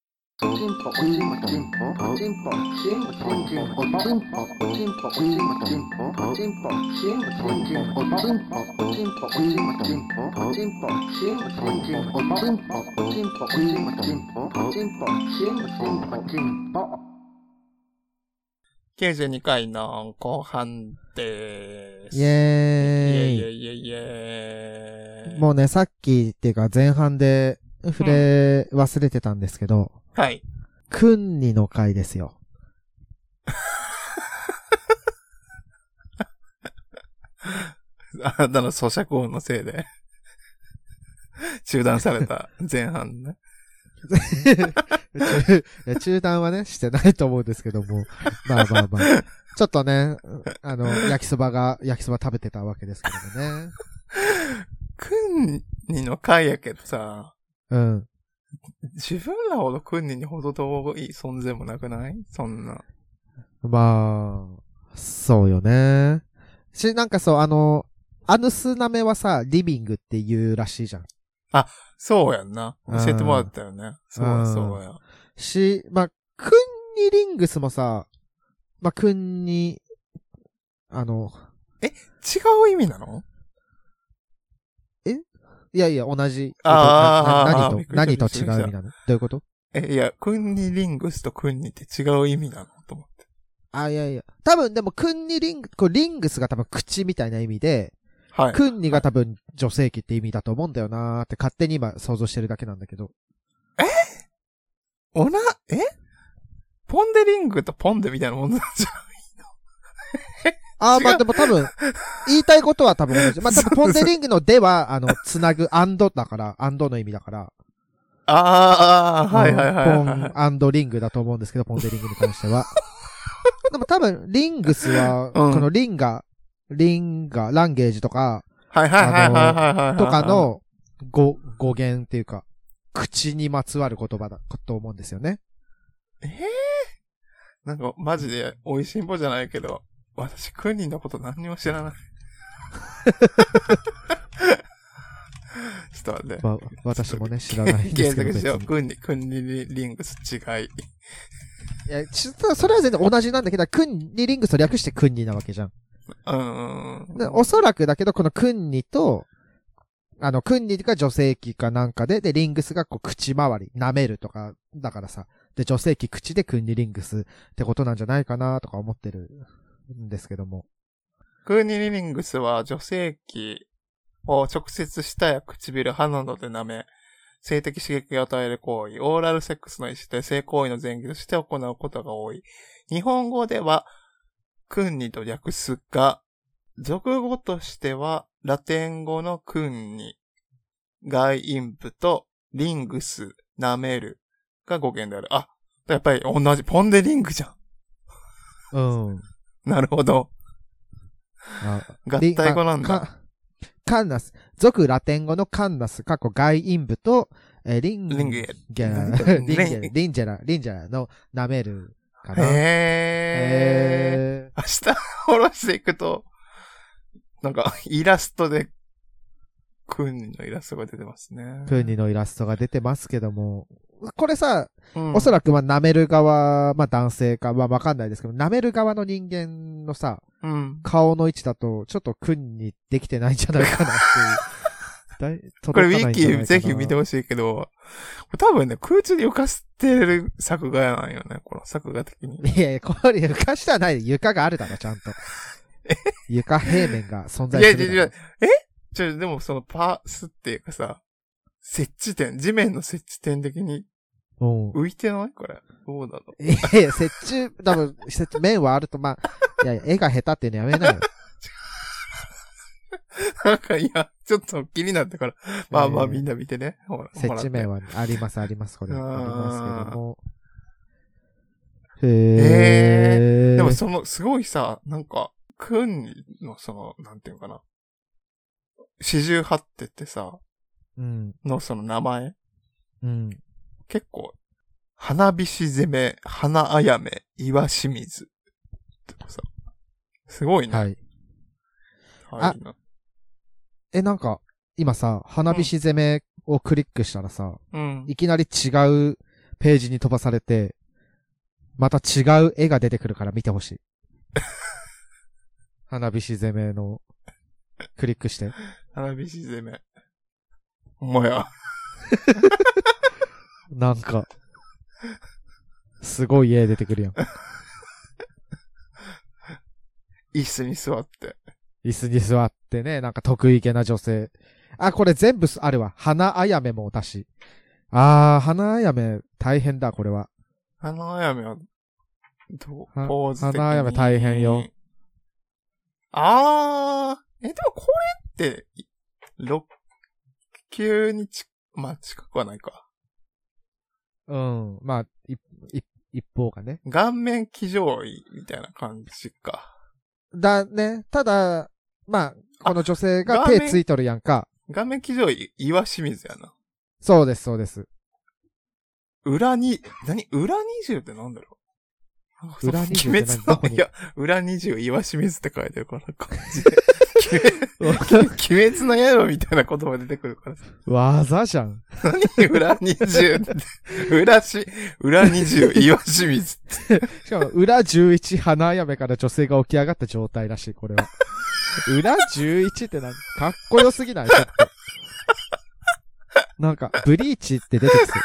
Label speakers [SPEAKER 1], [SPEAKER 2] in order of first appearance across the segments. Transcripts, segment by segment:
[SPEAKER 1] チンポおチンポチンポおチンポチンポチンポおチンポおチンポおチンポチンポおチンポチンポチンポおチンポおチンポおチンポチンポおチンポチンポチンポおチンポおチンポチンポチンポおチンポチンポチンポチンポ
[SPEAKER 2] 92回の後半でーす。
[SPEAKER 3] イ
[SPEAKER 2] イ
[SPEAKER 3] エ
[SPEAKER 2] ェ
[SPEAKER 3] ー
[SPEAKER 2] イイェイイェイイェ
[SPEAKER 3] イ。
[SPEAKER 2] イ
[SPEAKER 3] もうね、さっきっていうか前半で触れ忘れてたんですけど、
[SPEAKER 2] はい。
[SPEAKER 3] くんにの回ですよ。
[SPEAKER 2] あなたの咀嚼音のせいで、 中断された前半ね。
[SPEAKER 3] 中いや中断はね、してないと思うんですけども。まあまあまあ。ちょっとね、あの、焼きそばが、焼きそば食べてたわけですけどもね。
[SPEAKER 2] くんにの回やけどさ、
[SPEAKER 3] うん。
[SPEAKER 2] 自分らほどくんににほど遠い存在もなくないそんな。
[SPEAKER 3] まあ、そうよね。し、なんかそう、あの、アヌスナメはさ、リビングって言うらしいじゃん。
[SPEAKER 2] そうやんな。
[SPEAKER 3] うん
[SPEAKER 2] 教えてもらったよね。そう
[SPEAKER 3] う
[SPEAKER 2] や、
[SPEAKER 3] ん
[SPEAKER 2] そうや。
[SPEAKER 3] し、まあ、クンニリングスもさ、まあ、クンニ、あの、
[SPEAKER 2] 違う意味なの
[SPEAKER 3] いやいや、同じ。
[SPEAKER 2] あー
[SPEAKER 3] な
[SPEAKER 2] びっくりした
[SPEAKER 3] 何と、何と
[SPEAKER 2] びっくり
[SPEAKER 3] 違
[SPEAKER 2] した
[SPEAKER 3] う意味なのどういうこと
[SPEAKER 2] え、いや、くんにリングスとくんにって違う意味なのと思って。
[SPEAKER 3] あ、いやいや。多分でも、クンニリング、こうリングスが多分口みたいな意味で、
[SPEAKER 2] はい。
[SPEAKER 3] クンニが多分女性器って意味だと思うんだよなーって勝手に今想像してるだけなんだけど。
[SPEAKER 2] おな、えポンデリングとポンデみたいなもんなんじゃ
[SPEAKER 3] ああ、
[SPEAKER 2] 違う
[SPEAKER 3] まあでも多分、言いたいことは多分同じ。まあ多分、ポンデリングのでは、あの、つなぐ、アンドだから、アンドの意味だから。
[SPEAKER 2] ああ、はいはいはいはいはい、
[SPEAKER 3] ポンアンドリングだと思うんですけど、ポンデリングに関して は。でも多分、リングスは、
[SPEAKER 2] うん
[SPEAKER 3] このリンガ、リンガ、ランゲージとか、
[SPEAKER 2] はいはいはいはいはいはいはい。
[SPEAKER 3] とか、の語、語源っていうか、口にまつわる言葉だ、と思うんですよね。
[SPEAKER 2] ええなんか、マジで、美味しんぼじゃないけど、私、クンニのこと何にも知らない。 ちょっと待って。
[SPEAKER 3] まあ、私もね、知らないんで
[SPEAKER 2] 検
[SPEAKER 3] すけど。
[SPEAKER 2] 索しよう。
[SPEAKER 3] 別に
[SPEAKER 2] クンニ、クンニリングス違い。
[SPEAKER 3] いや、ちょっとそれは全然同じなんだけど、クンにリングスと略してクンニなわけじゃん。
[SPEAKER 2] うんうんうん。
[SPEAKER 3] でおそらくだけど、このクンニと、あの、クンニが女性器かなんかで、で、リングスがこう、口周り、舐めるとか、だからさ、で、女性器口でクンニリングスってことなんじゃないかなとか思ってるんですけども。
[SPEAKER 2] クーニリリングスは女性器を直接舌や唇、歯などで舐め、性的刺激を与える行為、オーラルセックスの一種で性行為の前期として行うことが多い。日本語では、クンニと略すが、俗語としては、ラテン語のクンニ、外陰部とリングス、舐めるが語源である。あ、やっぱり同じ、ポンデリングじゃ
[SPEAKER 3] うん。
[SPEAKER 2] ん。なるほど。
[SPEAKER 3] あ
[SPEAKER 2] 合体語なん
[SPEAKER 3] リン
[SPEAKER 2] だ
[SPEAKER 3] あ。カカンナス。俗ラテン語のカンナス、過去外陰部と、えーリン
[SPEAKER 2] リングエ
[SPEAKER 3] ゲラ、
[SPEAKER 2] なんだ
[SPEAKER 3] リンゲ
[SPEAKER 2] リ
[SPEAKER 3] ラ
[SPEAKER 2] ン、
[SPEAKER 3] リンジェラ、リンジェラの舐めるかな。
[SPEAKER 2] へー。
[SPEAKER 3] え
[SPEAKER 2] 明日下ろしていくと、なんか、イラストで、クンニのイラストが出てますね
[SPEAKER 3] ー。クンニのイラストが出てますけども、これさ、
[SPEAKER 2] うん
[SPEAKER 3] おそらくまあ舐める側、まあ男性か、まあわかんないですけど、舐める側の人間のさ、
[SPEAKER 2] うん。
[SPEAKER 3] 顔の位置だと、ちょっとクンにできてないんじゃないかなっていうだい。
[SPEAKER 2] これ、ウ
[SPEAKER 3] 届かな
[SPEAKER 2] ィ
[SPEAKER 3] いんじゃないか
[SPEAKER 2] キ
[SPEAKER 3] な
[SPEAKER 2] ぜひ見てほしいけど、これ多分ね、空中で浮かしてる作画やなんよね、この作画的に。
[SPEAKER 3] いやいや、これ床下はないで床があるだろ、ちゃん と。床平面が存在
[SPEAKER 2] いや
[SPEAKER 3] す
[SPEAKER 2] いや
[SPEAKER 3] る
[SPEAKER 2] い
[SPEAKER 3] だ
[SPEAKER 2] や、
[SPEAKER 3] ろ
[SPEAKER 2] えちょ、でもそのパースっていうかさ、設置点、地面の設置点的に
[SPEAKER 3] うん。
[SPEAKER 2] 浮いてないこれ。どうだろう。
[SPEAKER 3] いやいや、折衷、多分、折衷面はあると、まあ、いやいや、絵が下手っていうのやめなよ。
[SPEAKER 2] なんか、いや、ちょっと気になったから。まあまあ、みん
[SPEAKER 3] な。
[SPEAKER 2] な見てね。ほら、
[SPEAKER 3] 折
[SPEAKER 2] もらって
[SPEAKER 3] 衷面はあります、あります、これ。あ
[SPEAKER 2] あ
[SPEAKER 3] り
[SPEAKER 2] ー
[SPEAKER 3] ますけども。
[SPEAKER 2] へ
[SPEAKER 3] へー。
[SPEAKER 2] でもその、すごいさ、なんか、くんのその、なんていうのかな。四十八手ってさ、
[SPEAKER 3] うん、
[SPEAKER 2] のその名前、
[SPEAKER 3] うん。
[SPEAKER 2] 結構、花火し攻め、花あやめ、岩清水。とかさ、すごいね。
[SPEAKER 3] はい。
[SPEAKER 2] はい。
[SPEAKER 3] あえ、なんか、今さ、花火し攻めをクリックしたらさ、
[SPEAKER 2] うん。
[SPEAKER 3] いきなり違うページに飛ばされて、また違う絵が出てくるから見てほしい。 花火し攻めの、クリックして。
[SPEAKER 2] 花火し攻め。ほんまや。
[SPEAKER 3] なんか、すごい絵出てくるやん。
[SPEAKER 2] 椅子に座って。
[SPEAKER 3] 椅子に座ってね、なんか得意げな女性。あ、これ全部すあるわ。花あやめもだし。あー、花あやめ大変だ、これは。
[SPEAKER 2] 花あやめは、どう、
[SPEAKER 3] は
[SPEAKER 2] ポーズ的に
[SPEAKER 3] 花あやめ大変よ。
[SPEAKER 2] あー、え、でもこれって、6級にち、まあ近くはないか。
[SPEAKER 3] うん。まあ、い、い、一方がね。
[SPEAKER 2] 顔面騎乗位みたいな感じか。
[SPEAKER 3] だね。ただ、まあ、この女性
[SPEAKER 2] あ
[SPEAKER 3] が
[SPEAKER 2] ラーメン
[SPEAKER 3] 手ついとるやんか。
[SPEAKER 2] 顔面騎乗位、岩清水やな。
[SPEAKER 3] そうです、そ うです。
[SPEAKER 2] 裏に、何裏20ってなんだろうなんかその
[SPEAKER 3] 裏20
[SPEAKER 2] 鬼
[SPEAKER 3] って何どこ
[SPEAKER 2] 滅の、
[SPEAKER 3] に
[SPEAKER 2] いや、裏20岩清水って書いてるから、感じで。鬼鬼滅の刃みたいな言葉出てくるから。
[SPEAKER 3] 技じゃん。
[SPEAKER 2] 何 裏20って。裏し、裏20岩 清水って。
[SPEAKER 3] しかも、裏11花あやめから女性が起き上がった状態らしい、これは。裏11ってなんか、かっこよすぎないちょっと。なんか、ブリーチって出てきそう。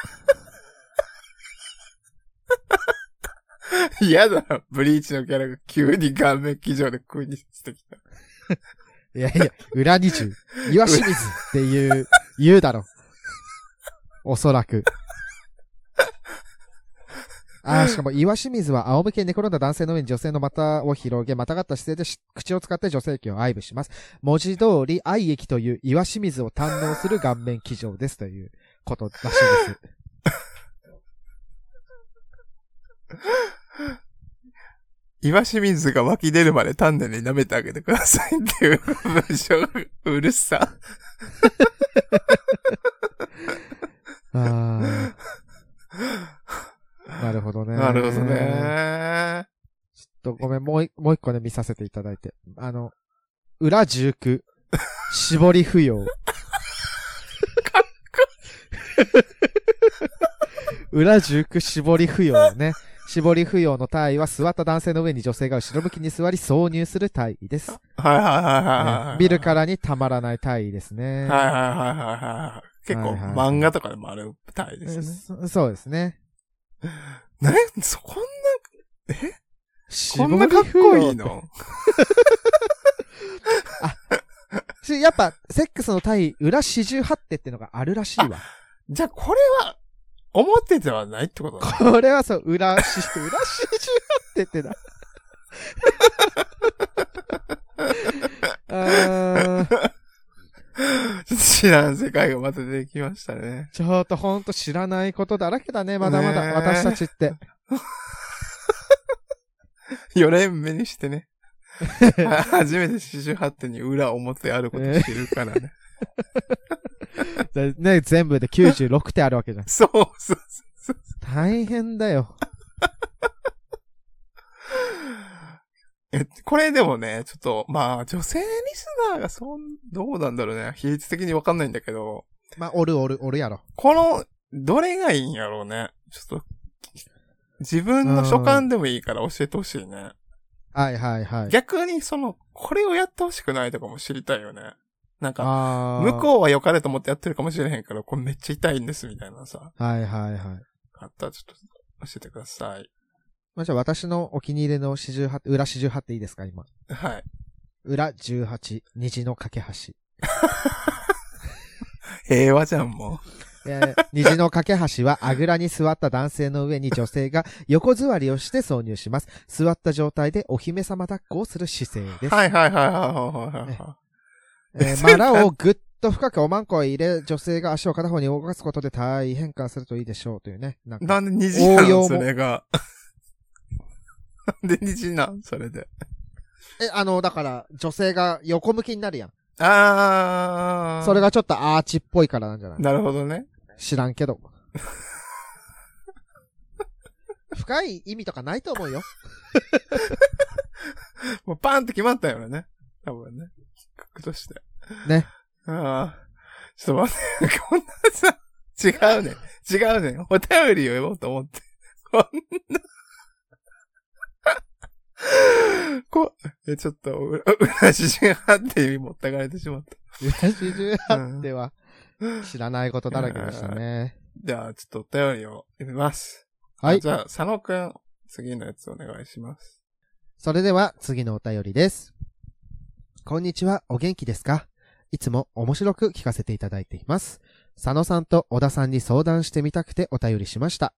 [SPEAKER 2] 嫌だな、ブリーチのキャラが急に顔面騎乗で食いにしてきた。
[SPEAKER 3] いやいや、裏20。岩清水っていう、言うだろ。おそらく。ああ、しかも岩清水は仰向けに寝転んだ男性の上に女性の股を広げ、またがった姿勢でし口を使って女性液を愛撫します。文字通り愛液という岩清水を堪能する顔面騎乗ですということらしいです。
[SPEAKER 2] 岩清水が湧き出るまで丹念に舐めてあげてくださいっていう文章がうるさ。
[SPEAKER 3] ああ。なるほどね。
[SPEAKER 2] なるほど。ね。
[SPEAKER 3] ちょっとごめん、もうい、もう一個ね、見させていただいて。あの、裏19、絞り不要。裏19、絞り不要ね。絞り不要の体位は座った男性の上に女性が後ろ向きに座り挿入する体位です。
[SPEAKER 2] はいはいはいはいは
[SPEAKER 3] ね
[SPEAKER 2] い。
[SPEAKER 3] 見るからにたまらない体位です
[SPEAKER 2] はい
[SPEAKER 3] ね。
[SPEAKER 2] はいはいはいはい。結構
[SPEAKER 3] はいはい
[SPEAKER 2] 漫画とかでもあるみたいですね。
[SPEAKER 3] そそうですね。
[SPEAKER 2] ね、そ、こん
[SPEAKER 3] 絞
[SPEAKER 2] こ
[SPEAKER 3] り
[SPEAKER 2] んなかっこいい
[SPEAKER 3] 不要
[SPEAKER 2] の
[SPEAKER 3] しやっぱ、セックスの体位、裏48手ってのがあるらしいわ。
[SPEAKER 2] じゃあこれは、表ではないってことだね
[SPEAKER 3] これはそう、裏し、裏しじゅってってな。あー
[SPEAKER 2] 知らん世界がまた出てきました ね。
[SPEAKER 3] ちょっとほんと知らないことだらけだね、まだまだ、
[SPEAKER 2] ねえ
[SPEAKER 3] 私たちって。
[SPEAKER 2] 4連目にしてね。初めて四十八手に裏表あること知るからね。
[SPEAKER 3] でね、全部で96点あるわけじゃん。
[SPEAKER 2] そうそうそうそう。
[SPEAKER 3] 大変だよ。
[SPEAKER 2] え、これでもね、ちょっと、まあ、女性リスナーがそん、どうなんだろうね。比率的にわかんないんだけど、
[SPEAKER 3] まあ、おるおるおるやろ。
[SPEAKER 2] この、どれがいいんやろうね。ちょっと、自分の所感でもいいから教えてほしいね。
[SPEAKER 3] はいはいはい。
[SPEAKER 2] 逆にその、これをやってほしくないとかも知りたいよね。なんか、
[SPEAKER 3] あー
[SPEAKER 2] 向こうは良かれと思ってやってるかもしれへんから、これめっちゃ痛いんですみたいなさ、
[SPEAKER 3] はいはいはい。
[SPEAKER 2] あったらちょっと教えてください。
[SPEAKER 3] まあ、じゃあ私のお気に入りの四十八、裏四十八っていいですか、今。
[SPEAKER 2] はい。
[SPEAKER 3] 裏18、虹の架け橋。
[SPEAKER 2] 平和じゃん、も
[SPEAKER 3] えー虹の架け橋は、あぐらに座った男性の上に女性が横座りをして挿入します。座った状態でお姫様抱っこをする姿勢
[SPEAKER 2] う。
[SPEAKER 3] です。
[SPEAKER 2] はいはいはいはいはいはいは
[SPEAKER 3] えー、マラをぐっと深くおまんこへ入れ、女性が足を片方に動かすことで体位変化するといいでしょうというね。なん
[SPEAKER 2] い。
[SPEAKER 3] か
[SPEAKER 2] なんで虹な
[SPEAKER 3] 応用も
[SPEAKER 2] のそれが。 なんで虹なんそれで。
[SPEAKER 3] え、あの、だから、女性が横向きになるやん。
[SPEAKER 2] あー。
[SPEAKER 3] それがちょっとアーチっぽいからなんじゃない
[SPEAKER 2] なるほどね。
[SPEAKER 3] 知らん けど。深い意味とかないと思うよ。
[SPEAKER 2] もうパンって決まったよね。多分ね。企画として。
[SPEAKER 3] ね。
[SPEAKER 2] ああ。ちょっと待って、こんなさ、違うねん。違うねん。お便りを読もうと思って。こんな。こ、え、ちょっと、う、うらしじはって意味持ったかれてしまった。
[SPEAKER 3] 裏四十八では、知らないことだらけでしたね。
[SPEAKER 2] じゃあ、ちょっとお便りを読みます。
[SPEAKER 3] はい
[SPEAKER 2] じ。ゃあ、佐野くん、次のやつお願いします。
[SPEAKER 3] それでは次のお便りです。こんにちは、お元気ですかいつも面白く聞かせていただいています。佐野さんと小田さんに相談してみたくてお便りしました。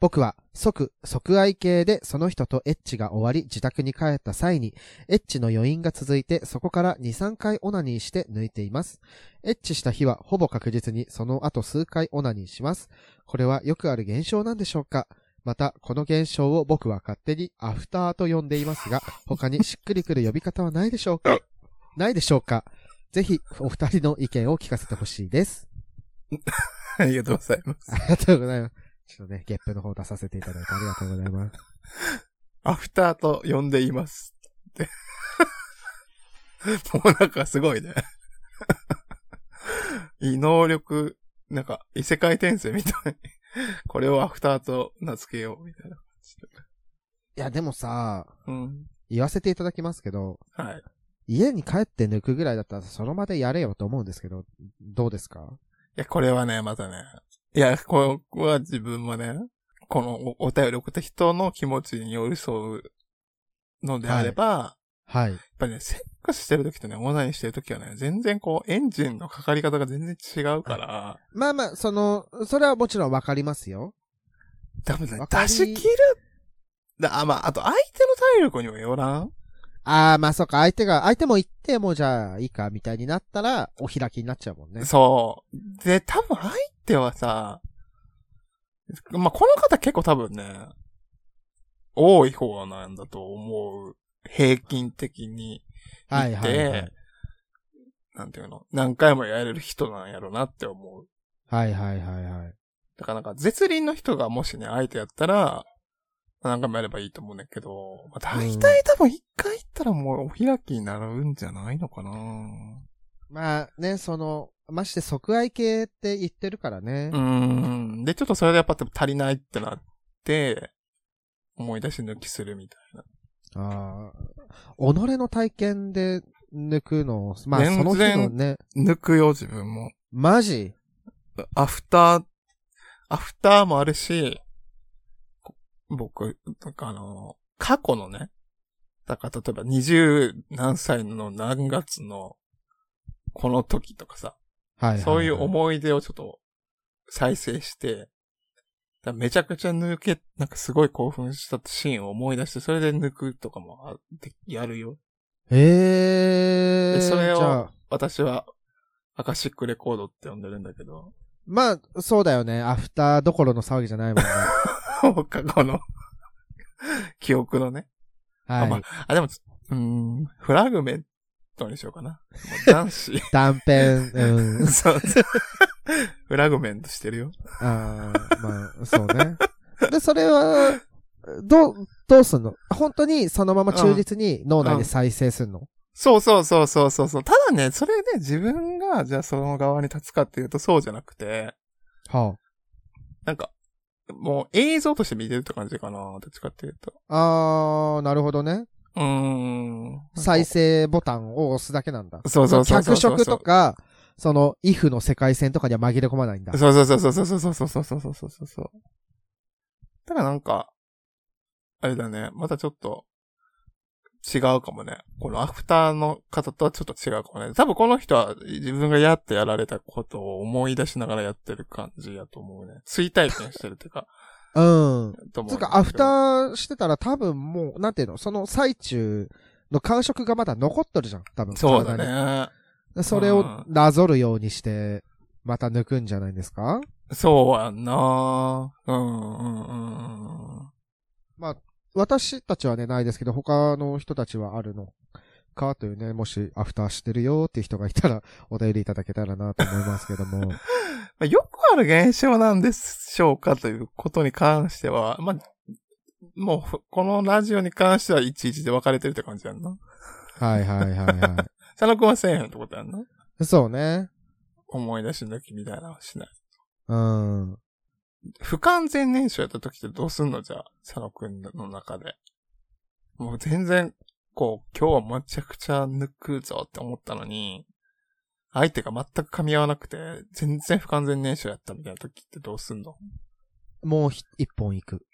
[SPEAKER 3] 僕は即、即愛系でその人とエッチが終わり自宅に帰った際に、エッチの余韻が続いてそこから2、3回オナニーして抜いています。エッチした日はほぼ確実にその後数回オナニーします。これはよくある現象なんでしょうかまた、この現象を僕は勝手にアフターと呼んでいますが、他にしっくりくる呼び方はないでしょう かないでしょうかぜひ、お二人の意見を聞かせてほしい です。
[SPEAKER 2] ありがとうございます。
[SPEAKER 3] ありがとうございます。ちょっとね、ゲップの方出させていただいてありがとうございます。
[SPEAKER 2] アフターと呼んでいます。って。 もうなんかすごいね。 異能力、なんか異世界転生みたい。これをアフターと名付けよう、みたいな感じで。
[SPEAKER 3] いや、でもさ、
[SPEAKER 2] うん。
[SPEAKER 3] 言わせていただきますけど、
[SPEAKER 2] はい。
[SPEAKER 3] 家に帰って抜くぐらいだったら、その場でやれよと思うんですけど、どうですか
[SPEAKER 2] いや、これはね、またね。いや、ここは自分もね、このおお便りを送った人の気持ちに寄り添うのであれば、
[SPEAKER 3] はい。
[SPEAKER 2] やっぱりね、セックスしてる時とね、オナニーしてる時はね、全然こう、エンジンのかかり方が全然違うから、
[SPEAKER 3] まあまあ、その、それはもちろんわかりますよ。
[SPEAKER 2] 多分ね
[SPEAKER 3] わ、かり
[SPEAKER 2] 出し切る。だあ、まあ、あと相手の体力にもよらん
[SPEAKER 3] ああ、まあそうか、相手が、相手も言って、もうじゃあいいか、みたいになったら、お開きになっちゃうもんね。
[SPEAKER 2] そう。で、多分相手はさ、まあ、この方結構多分ね、多い方なんだと思う。平均的に。
[SPEAKER 3] はいはい、はい。
[SPEAKER 2] なんていうの何回もやれる人なんやろなって思う。
[SPEAKER 3] はいはいはいはい。
[SPEAKER 2] だからなんか、絶倫の人がもしね、相手やったら、何回もやればいいと思うんだけど、まあ、大体多分一回行ったらもうお開きになるんじゃないのかな
[SPEAKER 3] まあね、その、まして即愛系って言ってるからね。
[SPEAKER 2] うん。で、ちょっとそれでやっぱ足りないってなって、思い出し抜きするみたいな。
[SPEAKER 3] ああ。己の体験で抜くのを、まあ
[SPEAKER 2] 全然
[SPEAKER 3] その日のね、
[SPEAKER 2] 抜くよ、自分も。
[SPEAKER 3] マジ
[SPEAKER 2] アフター、アフターもあるし、こ僕、なんかあの、過去のね、だから例えば二十何歳の何月のこの時とかさ、
[SPEAKER 3] はいはい。
[SPEAKER 2] そういう思い出をちょっと再生して、だからめちゃくちゃ抜け、なんかすごい興奮したシーンを思い出して、それで抜くとかもあでやるよ。
[SPEAKER 3] ええ
[SPEAKER 2] でそれを
[SPEAKER 3] じゃあ、
[SPEAKER 2] 私は、アカシックレコードって呼んでるんだけど、
[SPEAKER 3] まあ、そうだよね。アフターどころの騒ぎじゃないもんね。
[SPEAKER 2] 過去の 記憶のね。
[SPEAKER 3] は
[SPEAKER 2] あ、ま
[SPEAKER 3] い。
[SPEAKER 2] あ、あでも、うーん、フラグメントにしようかな。もう男 子。
[SPEAKER 3] 断片、うん。
[SPEAKER 2] そうそうフラグメントしてるよ。
[SPEAKER 3] ああ、まあ、そうね。 で、それは、どう、どうすんの本当にそのまま忠実に脳内で再生すんの、
[SPEAKER 2] そうそうそうそうそうそう。ただね、それで自分が、じゃあその側に立つかっていうとそうじゃなくて、
[SPEAKER 3] は
[SPEAKER 2] なんか、もう映像として見てるって感じかな、どっちかっていうと。
[SPEAKER 3] あ。あー、なるほどね。
[SPEAKER 2] うーん。
[SPEAKER 3] 再生ボタンを押すだけなんだ。
[SPEAKER 2] そうそうそうそう
[SPEAKER 3] 脚
[SPEAKER 2] そう。
[SPEAKER 3] 色とか、その、if の世界線とかには紛れ込まないんだ。
[SPEAKER 2] そうそうそうそうそうそうそうそうそうそうそうそうそう。だからなんか、あれだね、またちょっと、違うかもね。このアフターの方とはちょっと違うかもね。多分この人は自分がやってやられたことを思い出しながらやってる感じやと思うね。追体験してるっていうか、
[SPEAKER 3] うん。
[SPEAKER 2] と思
[SPEAKER 3] つ
[SPEAKER 2] う
[SPEAKER 3] うん
[SPEAKER 2] だけ
[SPEAKER 3] か、
[SPEAKER 2] ど
[SPEAKER 3] アフターしてたら多分もう、なんていうの、その最中の感触がまだ残っとるじゃん、多分。
[SPEAKER 2] そうだ
[SPEAKER 3] 体
[SPEAKER 2] ね。
[SPEAKER 3] に。それをなぞるようにして、また抜くんじゃないですか
[SPEAKER 2] そうやんなうんうんうんうん。
[SPEAKER 3] 私たちはね、ないですけど、他の人たちはあるのかというね、もしアフターしてるよっていう人がいたら、お便りいただけたらなと思いますけど も。
[SPEAKER 2] まあ、よくある現象なんでしょうかということに関しては、まあ、もう、このラジオに関してはいちいちで分かれてるって感じやんな。
[SPEAKER 3] はいはいはいは
[SPEAKER 2] 佐野くんはせえへんってことやんな。
[SPEAKER 3] い。そうね。
[SPEAKER 2] 思い出し抜きみたいなのはしない。
[SPEAKER 3] うん。
[SPEAKER 2] 不完全燃焼やった時ってどうすんのじゃあ、佐野くんの中で。もう全然、こう、今日はめちゃくちゃ抜くぞって思ったのに、相手が全く噛み合わなくて、全然不完全燃焼やったみたいな時ってどうすんの
[SPEAKER 3] もうひ一本行 く。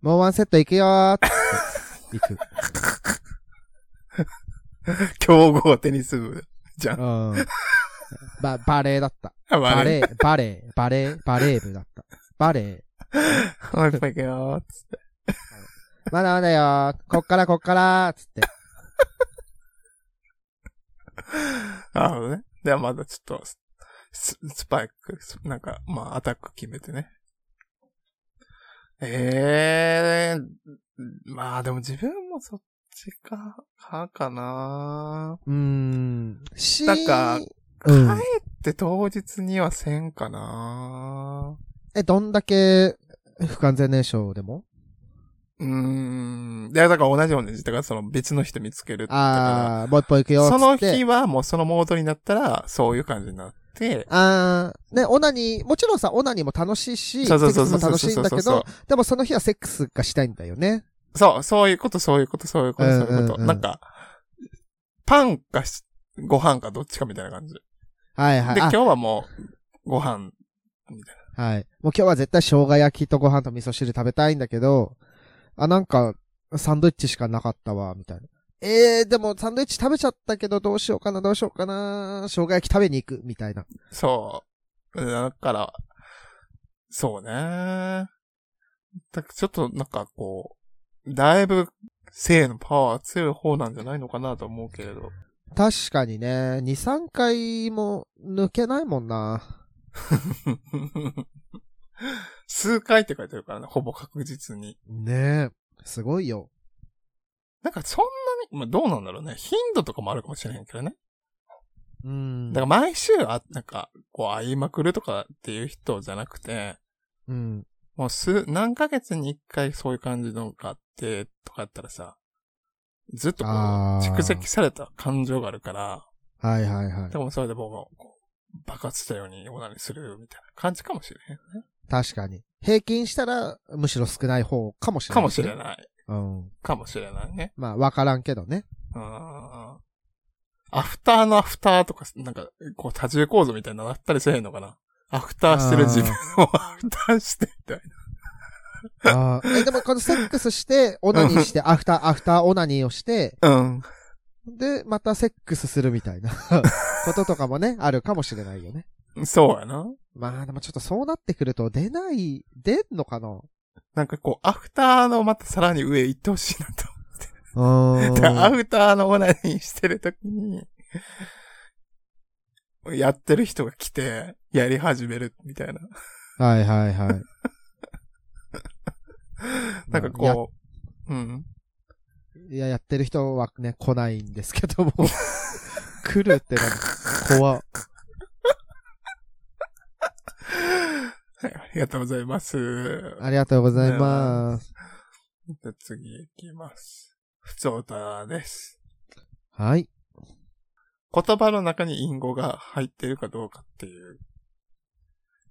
[SPEAKER 3] もうワンセット行くよーって行く。
[SPEAKER 2] 強豪テニス部じゃん。
[SPEAKER 3] うん。ば、バレーだった。
[SPEAKER 2] バ
[SPEAKER 3] バ
[SPEAKER 2] レ
[SPEAKER 3] レー、バレー、バレー、バレー部だった。バレー。
[SPEAKER 2] ー。もう一本行く よーっつって。
[SPEAKER 3] まだまだよー。こっからこっからーっつって。
[SPEAKER 2] なるほどね。ではまだちょっとス、ススパイク、スなんか、まあ、アタック決めてね。ええまあでも自分もそっちか、かかな
[SPEAKER 3] うーん。し
[SPEAKER 2] なんか
[SPEAKER 3] うん。
[SPEAKER 2] 帰って当日にはせんかな
[SPEAKER 3] え、どんだけ不完全燃焼でも
[SPEAKER 2] うーん。で、だから同じように、だからその別の人見つけるってか
[SPEAKER 3] あー、もう一本行くよ
[SPEAKER 2] ら。
[SPEAKER 3] ーっつ
[SPEAKER 2] そ
[SPEAKER 3] って。
[SPEAKER 2] の日はもうそのモードになったら、そういう感じになって、
[SPEAKER 3] あー、ね、オナニー、もちろんさ、オナニーも楽しいし、セ
[SPEAKER 2] そう
[SPEAKER 3] ッ
[SPEAKER 2] そ
[SPEAKER 3] ク
[SPEAKER 2] うそうそ
[SPEAKER 3] スも
[SPEAKER 2] うそう
[SPEAKER 3] 楽
[SPEAKER 2] そう
[SPEAKER 3] しい
[SPEAKER 2] そ
[SPEAKER 3] ん
[SPEAKER 2] う
[SPEAKER 3] だ
[SPEAKER 2] そ
[SPEAKER 3] け
[SPEAKER 2] うそう
[SPEAKER 3] ど、でもその日はセックスがしたいんだよね。
[SPEAKER 2] そう、そういうこと、そういうこと、そういうこと、
[SPEAKER 3] うん
[SPEAKER 2] そううんいううんこと。なんか、パンかしご飯かどっちかみたいな感じ。で、
[SPEAKER 3] はいはい。
[SPEAKER 2] 今
[SPEAKER 3] あ
[SPEAKER 2] 日はもう、ご飯。
[SPEAKER 3] はい。もう今日は絶対生姜焼きとご飯と味噌汁食べたいんだけど、あ、なんか、サンドイッチしかなかったわ、みたいな。えー、でもサンドイッチ食べちゃったけどどうしようかな、どうしようかな、生姜焼き食べに行く、みたいな。
[SPEAKER 2] そう。だから、そうね。だちょっとなんかこう、だいぶ、性のパワー強い方なんじゃないのかなと思うけれど。
[SPEAKER 3] 確かにね、2、3回も抜けないもんな。
[SPEAKER 2] 数回って書いてあるからね、ほぼ確実に。
[SPEAKER 3] ねえ。すごいよ。
[SPEAKER 2] なんかそんなに、まあどうなんだろうね。頻度とかもあるかもしれへんけどね。
[SPEAKER 3] うん。
[SPEAKER 2] だから毎週あ、なんか、こう会いまくるとかっていう人じゃなくて、
[SPEAKER 3] うん。
[SPEAKER 2] もう数、何ヶ月に一回そういう感じのがあって、とかやったらさ、ずっとこう、
[SPEAKER 3] あー
[SPEAKER 2] 蓄積された感情があるから、
[SPEAKER 3] はいはいはい
[SPEAKER 2] で。もそれで僕はこう、爆発したようにオナニーするみたいな感じかもしれへんね。
[SPEAKER 3] 確かに。平均したら、むしろ少ない方かもしれな
[SPEAKER 2] か
[SPEAKER 3] い、
[SPEAKER 2] もしれない。
[SPEAKER 3] うん。
[SPEAKER 2] かもしれないね。
[SPEAKER 3] まあ、わからんけどね。
[SPEAKER 2] うん。アフターのアフターとか、なんか、こう、多重構造みたいなのあったりせえへんのかな。アフターしてる自分をアフ ターしてみたいな。
[SPEAKER 3] あーえでも、このセックスして、オナニーして、アフター、アフターオナニーをして、
[SPEAKER 2] うん。
[SPEAKER 3] で、またセックスするみたいな こととかもね、あるかもしれないよね。
[SPEAKER 2] そうやな。
[SPEAKER 3] まあ、でもちょっとそうなってくると、出ない、出んのか な
[SPEAKER 2] なんかこう、アフターのまたさらに上行ってほしいなと。
[SPEAKER 3] うーん。
[SPEAKER 2] でアフターのオナニーしてるときに、やってる人が来て、やり始めるみたいな。
[SPEAKER 3] はいはいはい。
[SPEAKER 2] なんかこう、うん。
[SPEAKER 3] いや、やってる人はね、来ないんですけども。 来るってなんか、怖っ。
[SPEAKER 2] はい、ありがとうございます。
[SPEAKER 3] ありがとうございます。
[SPEAKER 2] じゃあ次行きます。普通歌です。
[SPEAKER 3] はい。
[SPEAKER 2] 言葉の中に隠語が入ってるかどうかっていう。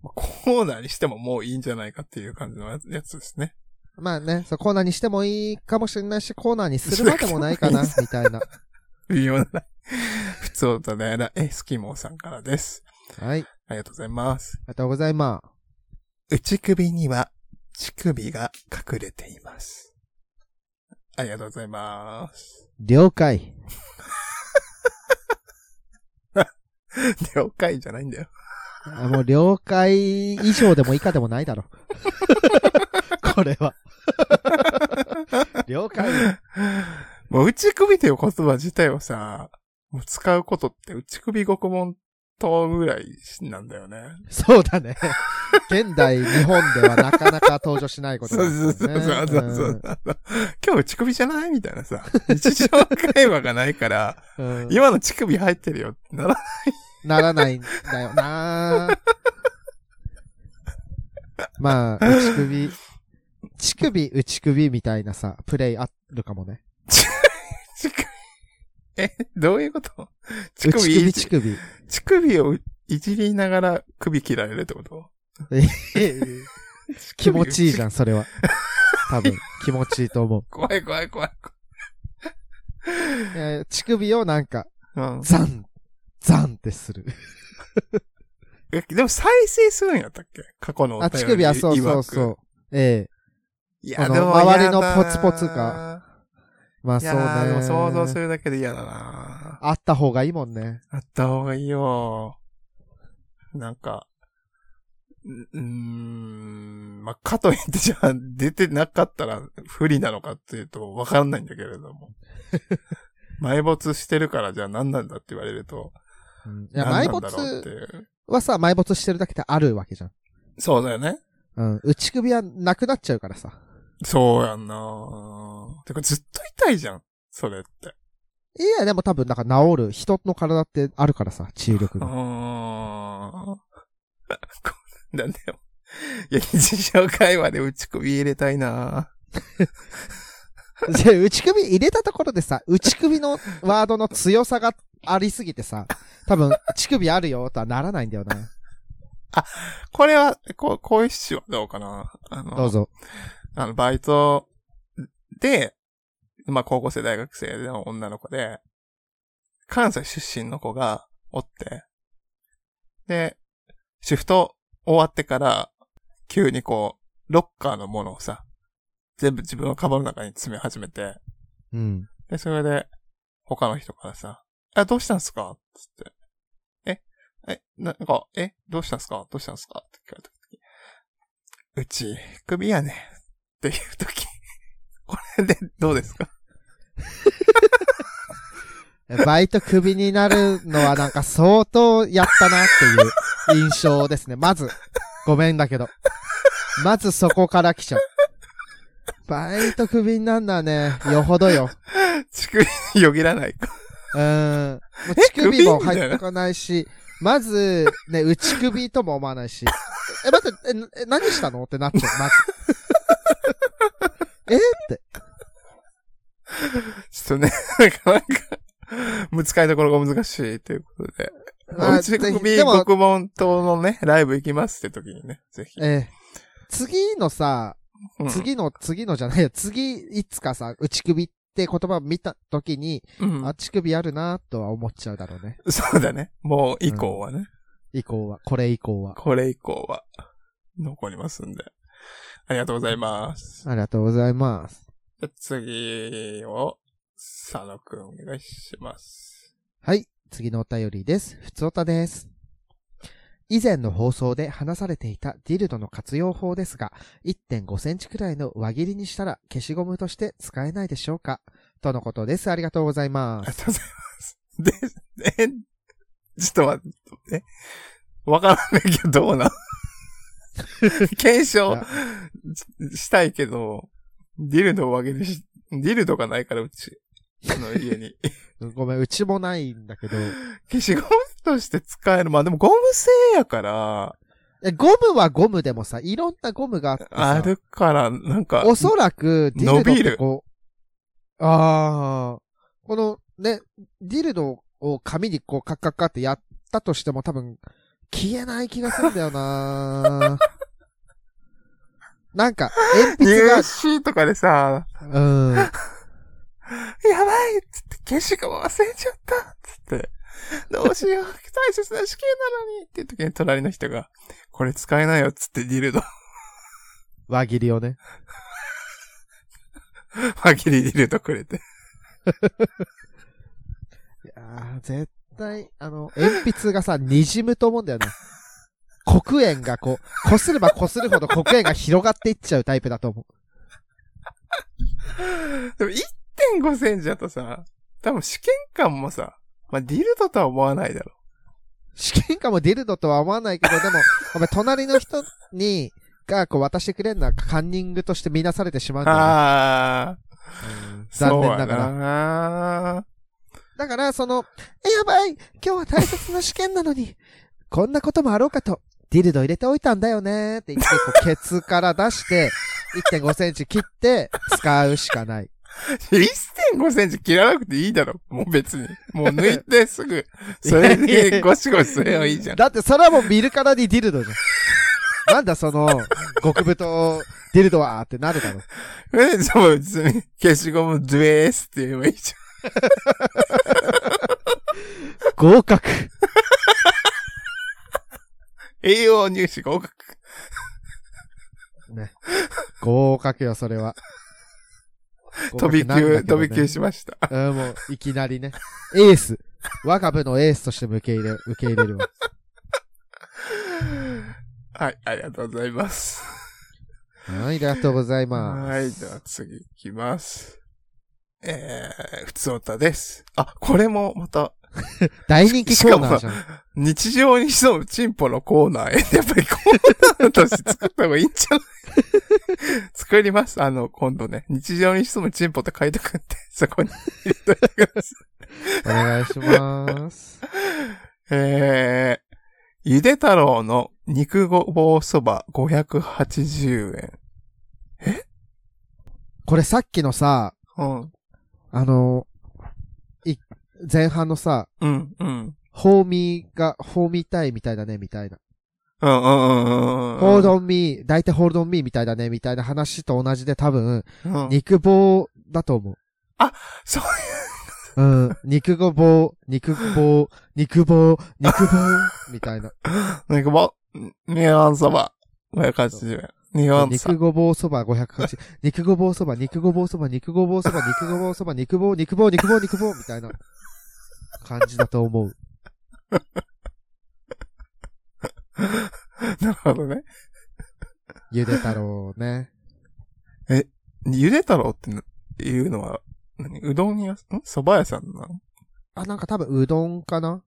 [SPEAKER 2] まあコーナーにしてももういいんじゃないかっていう感じのやつやつですね。
[SPEAKER 3] まあね、そうコーナーにしてもいいかもしれないし、コーナーにするまでもな いかな、みたいな。
[SPEAKER 2] 微妙な。普通歌だよな。え、スキモーさんからです。
[SPEAKER 3] はい。あり
[SPEAKER 2] ありがとうございます。
[SPEAKER 3] がとうございます。
[SPEAKER 2] 内首には乳首が隠れています。ありがとうございます。
[SPEAKER 3] 了解。
[SPEAKER 2] 了解じゃないんだよ。
[SPEAKER 3] あもう了解以上でも以下でもないだろ。 これは。了解。
[SPEAKER 2] もう内首という言葉自体をさ、もう使うことって内首獄門等ぐらいなんだよね。
[SPEAKER 3] そうだね。現代日本ではなかなか登場しないこと
[SPEAKER 2] そうそうそうそうそうそう
[SPEAKER 3] うん
[SPEAKER 2] 今日乳首じゃないみたいなさ。日常会話がないから、
[SPEAKER 3] うん
[SPEAKER 2] 今の乳首入ってるよってなら
[SPEAKER 3] ならないんだよな まあ、内首、乳首、内首みたいなさ、プレイあるかもね。
[SPEAKER 2] 乳首え、どういうこと乳首い
[SPEAKER 3] 首、
[SPEAKER 2] じ
[SPEAKER 3] 乳首。
[SPEAKER 2] 乳首をいじりながら首切られるってこと
[SPEAKER 3] 気持ちいいじゃ
[SPEAKER 2] ん。
[SPEAKER 3] ん、それは。多分、気持ちいいと思う。
[SPEAKER 2] 怖い怖い怖い
[SPEAKER 3] えー乳首をなんか、
[SPEAKER 2] 怖い。うん。
[SPEAKER 3] ザン、ザンってする。
[SPEAKER 2] えでも再生するんやったっけ過去のお
[SPEAKER 3] あ、
[SPEAKER 2] 便り
[SPEAKER 3] 乳首はそうそうそ
[SPEAKER 2] 曰く
[SPEAKER 3] う。ええ
[SPEAKER 2] い
[SPEAKER 3] あ
[SPEAKER 2] や、
[SPEAKER 3] の
[SPEAKER 2] でも
[SPEAKER 3] 周りの
[SPEAKER 2] やだー
[SPEAKER 3] ポツポツが。まあ
[SPEAKER 2] い
[SPEAKER 3] そう
[SPEAKER 2] やーで
[SPEAKER 3] ね
[SPEAKER 2] も。想像するだけで嫌だな
[SPEAKER 3] あった方がいいもんね。
[SPEAKER 2] あった方がいいよ。なんか、ううーん、まあ、かといってじゃあ出てなかったら不利なのかっていうとわかんないんだけれど も。埋没してるからじゃあ何なんだって言われると。
[SPEAKER 3] うんいや、
[SPEAKER 2] 何
[SPEAKER 3] 埋
[SPEAKER 2] なんだろうって
[SPEAKER 3] 没
[SPEAKER 2] いう。
[SPEAKER 3] はさ、埋没してるだけであるわけじゃん。
[SPEAKER 2] そうだよね。
[SPEAKER 3] うん。内首はなくなっちゃうからさ。
[SPEAKER 2] そうやんなてかずっと痛いじゃん。それって。
[SPEAKER 3] いや、でも多分、なんか治る。人の体ってあるからさ、治癒力
[SPEAKER 2] うー
[SPEAKER 3] が。
[SPEAKER 2] ん。 こうなんだよ。いや、日常会話で打ち首入れたいな
[SPEAKER 3] で、内首入れたところでさ、内首のワードの強さがありすぎてさ、多分、乳首あるよとはならないんだよな。
[SPEAKER 2] これは、こう、こういうシチュはどうかなあの、
[SPEAKER 3] どうぞ。
[SPEAKER 2] あの、バイトで、まあ、高校生、大学生の女の子で、関西出身の子がおって、で、シフト終わってから、急にこう、ロッカーのものをさ、全部自分のカバンの中に詰め始めて、
[SPEAKER 3] うん。
[SPEAKER 2] で、それで、他の人からさ、あ、どうしたんすかつって。え、え、ななんか、え、どうしたんすかどうしたんすかって聞かれた時うち、首やねん。っていう時 これでどうですか
[SPEAKER 3] バイトクビになるのはなんか相当やったなっていう印象ですね。まず、ごめんだけど。まずそこから来ちゃう。バイトクビになるのはね、よほどよ。
[SPEAKER 2] 乳首によぎらないか。
[SPEAKER 3] うーん。もう乳首
[SPEAKER 2] え首
[SPEAKER 3] も入
[SPEAKER 2] みた
[SPEAKER 3] っ
[SPEAKER 2] い
[SPEAKER 3] て
[SPEAKER 2] な
[SPEAKER 3] こないし、まず、ね、内首とも思わないし。え、待って、えなえ、何したのってなっちゃう、まず。えって。
[SPEAKER 2] ちょっとね、なんか、なんか、難しいところが難しいということで。
[SPEAKER 3] ま あ
[SPEAKER 2] うち
[SPEAKER 3] ぜひ
[SPEAKER 2] 首
[SPEAKER 3] でも、
[SPEAKER 2] 国門島のね、ライブ行きますって時にね、ぜひ。
[SPEAKER 3] ええ次のさ、
[SPEAKER 2] うん、
[SPEAKER 3] 次の、次のじゃないよ。次、いつかさ、内首って言葉を見たときに、
[SPEAKER 2] うん
[SPEAKER 3] あ、乳首あるなとは思っちゃうだろうね。
[SPEAKER 2] そうだね。もう以降はね。
[SPEAKER 3] 以降は、これ以降は。
[SPEAKER 2] これ以降は残りますんで。ありがとうございます。
[SPEAKER 3] ありがとうございます。
[SPEAKER 2] じゃあ次を、佐野くんお願いします。
[SPEAKER 3] はい。次のお便りです。ふつおたです。以前の放送で話されていたディルドの活用法ですが、1.5センチくらいの輪切りにしたら消しゴムとして使えないでしょうかとのことです。ありがとうござい
[SPEAKER 2] あ
[SPEAKER 3] ま
[SPEAKER 2] り
[SPEAKER 3] す
[SPEAKER 2] が。とうございます。で、え、ちょっと待って、えわからないけど、どうなの検証
[SPEAKER 3] あ
[SPEAKER 2] ししたいけど、ディルドをあげにし、ディルドがないから、うち、あの家に。
[SPEAKER 3] ごめん、うちもないんだけど。
[SPEAKER 2] 消しゴムとして使える。まあでもゴム製やから、
[SPEAKER 3] えゴムはゴムでもさ、いろんなゴムがあってさ
[SPEAKER 2] あるから、なんか、
[SPEAKER 3] おそらく、ディルド
[SPEAKER 2] 伸
[SPEAKER 3] っ
[SPEAKER 2] び
[SPEAKER 3] て
[SPEAKER 2] る
[SPEAKER 3] こう、ああ、このね、ディルドを紙にこうカッカッカってやったとしても多分消えない気がするんだよな なんか、鉛筆
[SPEAKER 2] 入、
[SPEAKER 3] が
[SPEAKER 2] 試とかでさ、
[SPEAKER 3] うん、
[SPEAKER 2] やばいっつって、消しゴム忘れちゃったっつって、どうしよう、大切な試験なのにっていう時に隣の人が、これ使えないよっつってディルド、
[SPEAKER 3] 輪切りをね。
[SPEAKER 2] はぎりディルドくれて。
[SPEAKER 3] いやー絶対、あの、鉛筆がさ、滲むと思うんだよね。黒煙がこう、擦れば擦るほど黒煙が広がっていっちゃうタイプだと思う。
[SPEAKER 2] でも1.5センチだとさ、多分試験官もさ、まあ、ディルドとは思わないだろ
[SPEAKER 3] 試験官もディルドとは思わないけど、でも、 お前、隣の人に、が、こう、渡してくれるのは、カンニングとして見なされてしまう
[SPEAKER 2] う。
[SPEAKER 3] んだよね、
[SPEAKER 2] ああ、
[SPEAKER 3] 残念
[SPEAKER 2] そ
[SPEAKER 3] なが
[SPEAKER 2] う
[SPEAKER 3] ら。
[SPEAKER 2] やな
[SPEAKER 3] だから、その、え、やばい今日は大切な試験なのに、 こんなこともあろうかと、ディルド入れておいたんだよねって言って、こう、ケツから出して、1.5センチ切って、使うしかない。
[SPEAKER 2] 1.5センチ切らなくていいだろ。もう別に。もう抜いてすぐ、それでゴシゴシすればいいじゃん。
[SPEAKER 3] だってそれはもう見るからにディルドじゃん。なんだその、極太ディルドはーってなるだろ。
[SPEAKER 2] え、じゃあ別に消しゴムドゥエースって言えばいいじ
[SPEAKER 3] 合格。
[SPEAKER 2] ゃん。栄養入試合格。
[SPEAKER 3] ね。合格よ、それは。
[SPEAKER 2] 飛び級、飛び級
[SPEAKER 3] し。
[SPEAKER 2] しました。
[SPEAKER 3] うん、もう、いきなりね。エース。我が部のエースとして受け入れ、受け入れるわ。
[SPEAKER 2] はい、ありがとうございます。
[SPEAKER 3] はい、ありがとうございます。
[SPEAKER 2] はい、では次行きます。えー、普通歌です。あ、これもまた、
[SPEAKER 3] 大人気コーナーじゃん。
[SPEAKER 2] 日常に潜むチンポのコーナーへ、やっぱりコーナーとして作った方がいいんじゃない 作ります。あの、今度ね、日常に潜むチンポって書いとくんで、そこに入れといてください。
[SPEAKER 3] お願いします。
[SPEAKER 2] えー、ゆで太郎の肉ごぼうそば580円。
[SPEAKER 3] これさっきのさ、
[SPEAKER 2] うん。
[SPEAKER 3] あの、い、前半のさ、
[SPEAKER 2] うん、うん。
[SPEAKER 3] ホーミーが、ホーミータイみたいだね、みたいな。
[SPEAKER 2] うん、うん、うんうんうん。
[SPEAKER 3] ホールドオンミー、大体ホールドオンミーみたいだね、みたいな話と同じで多分、
[SPEAKER 2] うん
[SPEAKER 3] 肉棒だと思う。
[SPEAKER 2] あ、そう
[SPEAKER 3] いう。うん。肉ごぼう、肉棒、肉棒、肉棒、み たいな。
[SPEAKER 2] 肉ぼう、ニュアンそば580円。ニュアンそ
[SPEAKER 3] 肉ごぼうそば580。肉ごぼうそば、肉ごぼうそば、肉ごぼうそば、肉ごぼうそば、肉棒、肉棒、肉棒、肉棒、みたいな感じだと思う。
[SPEAKER 2] なるほどね。
[SPEAKER 3] ゆで太郎ね。
[SPEAKER 2] ゆで太郎ってないうのは、何うどん屋、ん蕎麦屋さんなの
[SPEAKER 3] あ、なんか多分うどんかな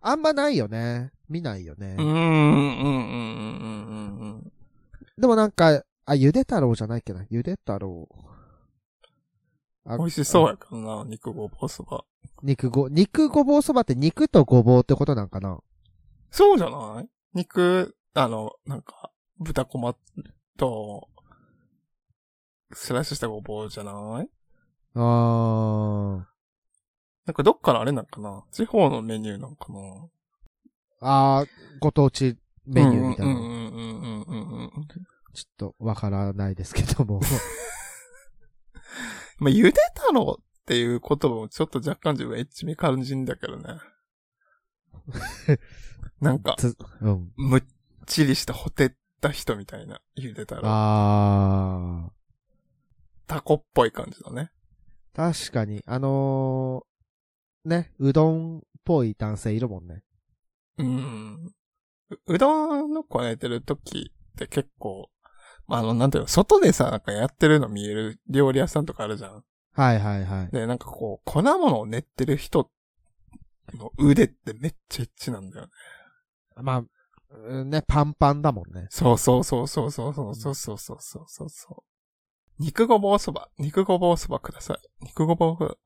[SPEAKER 3] あんまないよね。見ないよね。
[SPEAKER 2] うーん、うん、うん、うんうん、うんうん。
[SPEAKER 3] でもなんか、あ、ゆで太郎じゃないっけど、ゆで太郎。あ
[SPEAKER 2] 美味しそうやからな、肉ごぼうそば。
[SPEAKER 3] 肉ご、肉ごぼうそばって肉とごぼうってことなんかな
[SPEAKER 2] そうじゃない肉、あの、なんか、豚こまと、スライスしたごぼうじゃない
[SPEAKER 3] あー。
[SPEAKER 2] なんかどっからあれなんかな地方のメニューなんかな
[SPEAKER 3] あー、ご当地メニューみたいな。
[SPEAKER 2] うんうんうんうんうんうんうん。
[SPEAKER 3] ちょっとわからないですけ ども。
[SPEAKER 2] まあ、ゆで太郎っていう言葉もちょっと若干自分エッチみ感じんだ けどね。なんか、
[SPEAKER 3] つうん。
[SPEAKER 2] むっちりしたほてった人みたいな、ゆで太郎。
[SPEAKER 3] あ
[SPEAKER 2] タコっぽい感じだね。
[SPEAKER 3] ー。確かに、あのー、ね、うどんっぽい男性いるもんね。
[SPEAKER 2] うん。ううどんのこねてる時って結構、まあ、あの、なんていうの、外でさ、なんかやってるの見える料理屋さんとかあるじゃん。
[SPEAKER 3] はいはいはい。
[SPEAKER 2] で、なんかこう、粉物を練ってる人の腕ってめっちゃエッチなんだよね。
[SPEAKER 3] まあ、うんね、パンパンだもん ね。
[SPEAKER 2] そうそうそうそうそうそうそうそうそうそうそうそう。肉ごぼうそば、肉ごぼうそばください。肉ごぼう、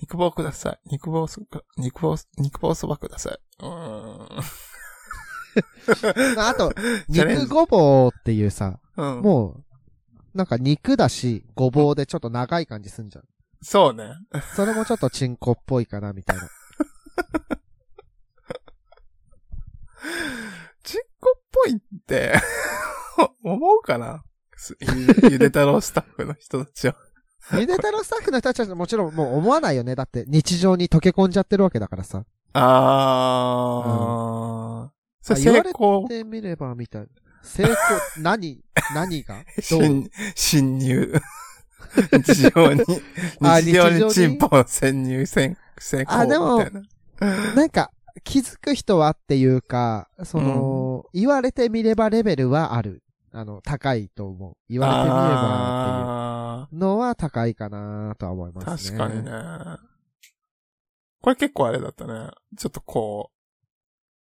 [SPEAKER 2] 肉ぼうください。肉ぼうそば、肉ぼう、肉ぼうそばください。うーん。
[SPEAKER 3] あと、
[SPEAKER 2] チャレンジ
[SPEAKER 3] 肉ごぼうっていうさ、
[SPEAKER 2] うん。
[SPEAKER 3] もう、なんか肉だし、ごぼうでちょっと長い感じすんじゃん。
[SPEAKER 2] そうね。
[SPEAKER 3] それもちょっとチンコっぽいかな、みたいな。
[SPEAKER 2] ちっこっぽいって、 思うかなすゆゆで太郎スタッフの人たちは。
[SPEAKER 3] ゆで太郎スタッフの人たちはもちろんもう思わないよね。だって日常に溶け込んじゃってるわけだからさ。
[SPEAKER 2] あー。それ
[SPEAKER 3] あ言わ
[SPEAKER 2] 成
[SPEAKER 3] れ
[SPEAKER 2] 功、
[SPEAKER 3] で、見れば、みたいな。成功、 何、何がどう
[SPEAKER 2] 侵侵入。日常に、
[SPEAKER 3] あ
[SPEAKER 2] 日常
[SPEAKER 3] 日常
[SPEAKER 2] に
[SPEAKER 3] に
[SPEAKER 2] チンポを潜入戦、成功
[SPEAKER 3] あでも
[SPEAKER 2] みたいな。
[SPEAKER 3] なんか、気づく人はっていうか、その、言われてみればレベルはある。あの、高いと思う。言われてみればっ
[SPEAKER 2] あ
[SPEAKER 3] ていうのは高いかなとは思い
[SPEAKER 2] ー
[SPEAKER 3] ますね。
[SPEAKER 2] 確かにね。。これ結構あれだったね。ちょっとこう、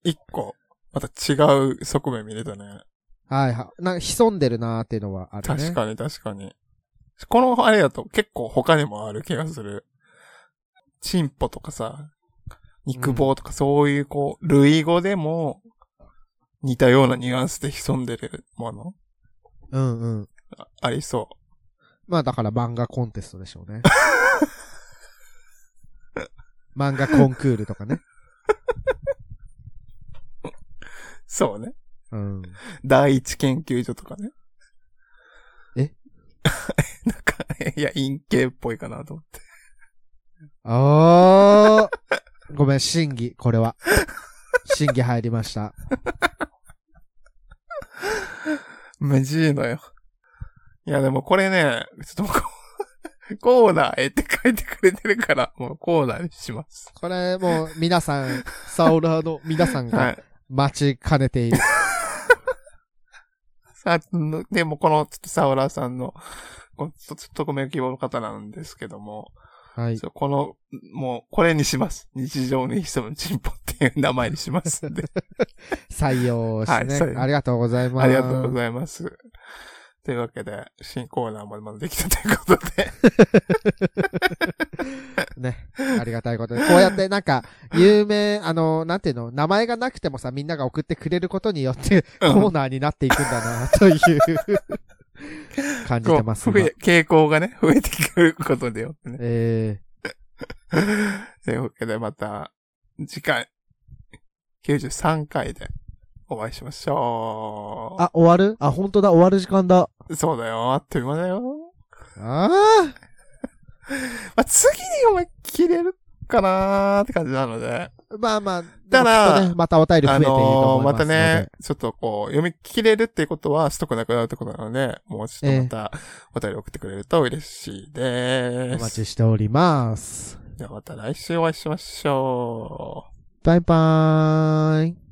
[SPEAKER 2] 一個、また違う側面見れたね。
[SPEAKER 3] はいはい。なんか潜んでるなーっていうのはあるね。
[SPEAKER 2] 確かに確かに。このあれだと結構他にもある気がする。チンポとかさ、肉棒とかそういうこう、類語でも似たようなニュアンスで潜んでるもの
[SPEAKER 3] うんうん。
[SPEAKER 2] あありそ
[SPEAKER 3] まあだから漫画コンテストでしょうね。 漫画コンクールとかね。
[SPEAKER 2] そうね。
[SPEAKER 3] うん。
[SPEAKER 2] 第一研究所とかね。
[SPEAKER 3] え
[SPEAKER 2] なんか、いや、陰形っぽいかなと思って。
[SPEAKER 3] あー。ごめん、審議、これは。審議入りました。
[SPEAKER 2] 無事のよ。いや、でもこれね、ちょっともう、コーナーへって書いてくれてるから、もうコーナーにします。
[SPEAKER 3] これもう皆さん、サオラーの皆さん
[SPEAKER 2] は
[SPEAKER 3] が
[SPEAKER 2] い。
[SPEAKER 3] 待ちかねている。
[SPEAKER 2] さあ、でもこの、ちょっとサウラーさんの、このちょっと匿名希望の方なんですけども、
[SPEAKER 3] はい
[SPEAKER 2] ち。ょこの、もう、これにします。日常に潜むチンポっていう名前にします んで。
[SPEAKER 3] 採用してね、
[SPEAKER 2] はい採用
[SPEAKER 3] ありがとうございます。
[SPEAKER 2] ありがとうございます。というわけで、新コーナーもまだできたということで。
[SPEAKER 3] ね。ありがたいことで。こうやってなんか、有名、あの、なんていうの、名前がなくてもさ、みんなが送ってくれることによって、 コーナーになっていくんだな、という、感じてます
[SPEAKER 2] こう増え傾向がね、増えてくることでよってね。
[SPEAKER 3] え
[SPEAKER 2] というわけで、また、次回、93回でお会いしましょ
[SPEAKER 3] ー、あ、終わるあ、本当だ、終わる時間だ。
[SPEAKER 2] う。そうだよ、あっという間だよ。
[SPEAKER 3] あ
[SPEAKER 2] まあ、次にお前切れるかなーって感じなので。
[SPEAKER 3] あ、まあまあ、
[SPEAKER 2] だから
[SPEAKER 3] でもきっとね、またお便り増え
[SPEAKER 2] あ
[SPEAKER 3] ていると
[SPEAKER 2] のー
[SPEAKER 3] 思いま
[SPEAKER 2] ますた
[SPEAKER 3] ので。
[SPEAKER 2] ね、ちょっとこう、読み切れるっていうことはしとくなくなるってことなので、もうちょっとまたお便り送ってくれると嬉しいです。
[SPEAKER 3] お待ちしております。
[SPEAKER 2] じゃあまた来週お会いしましょう。
[SPEAKER 3] バイバーイ。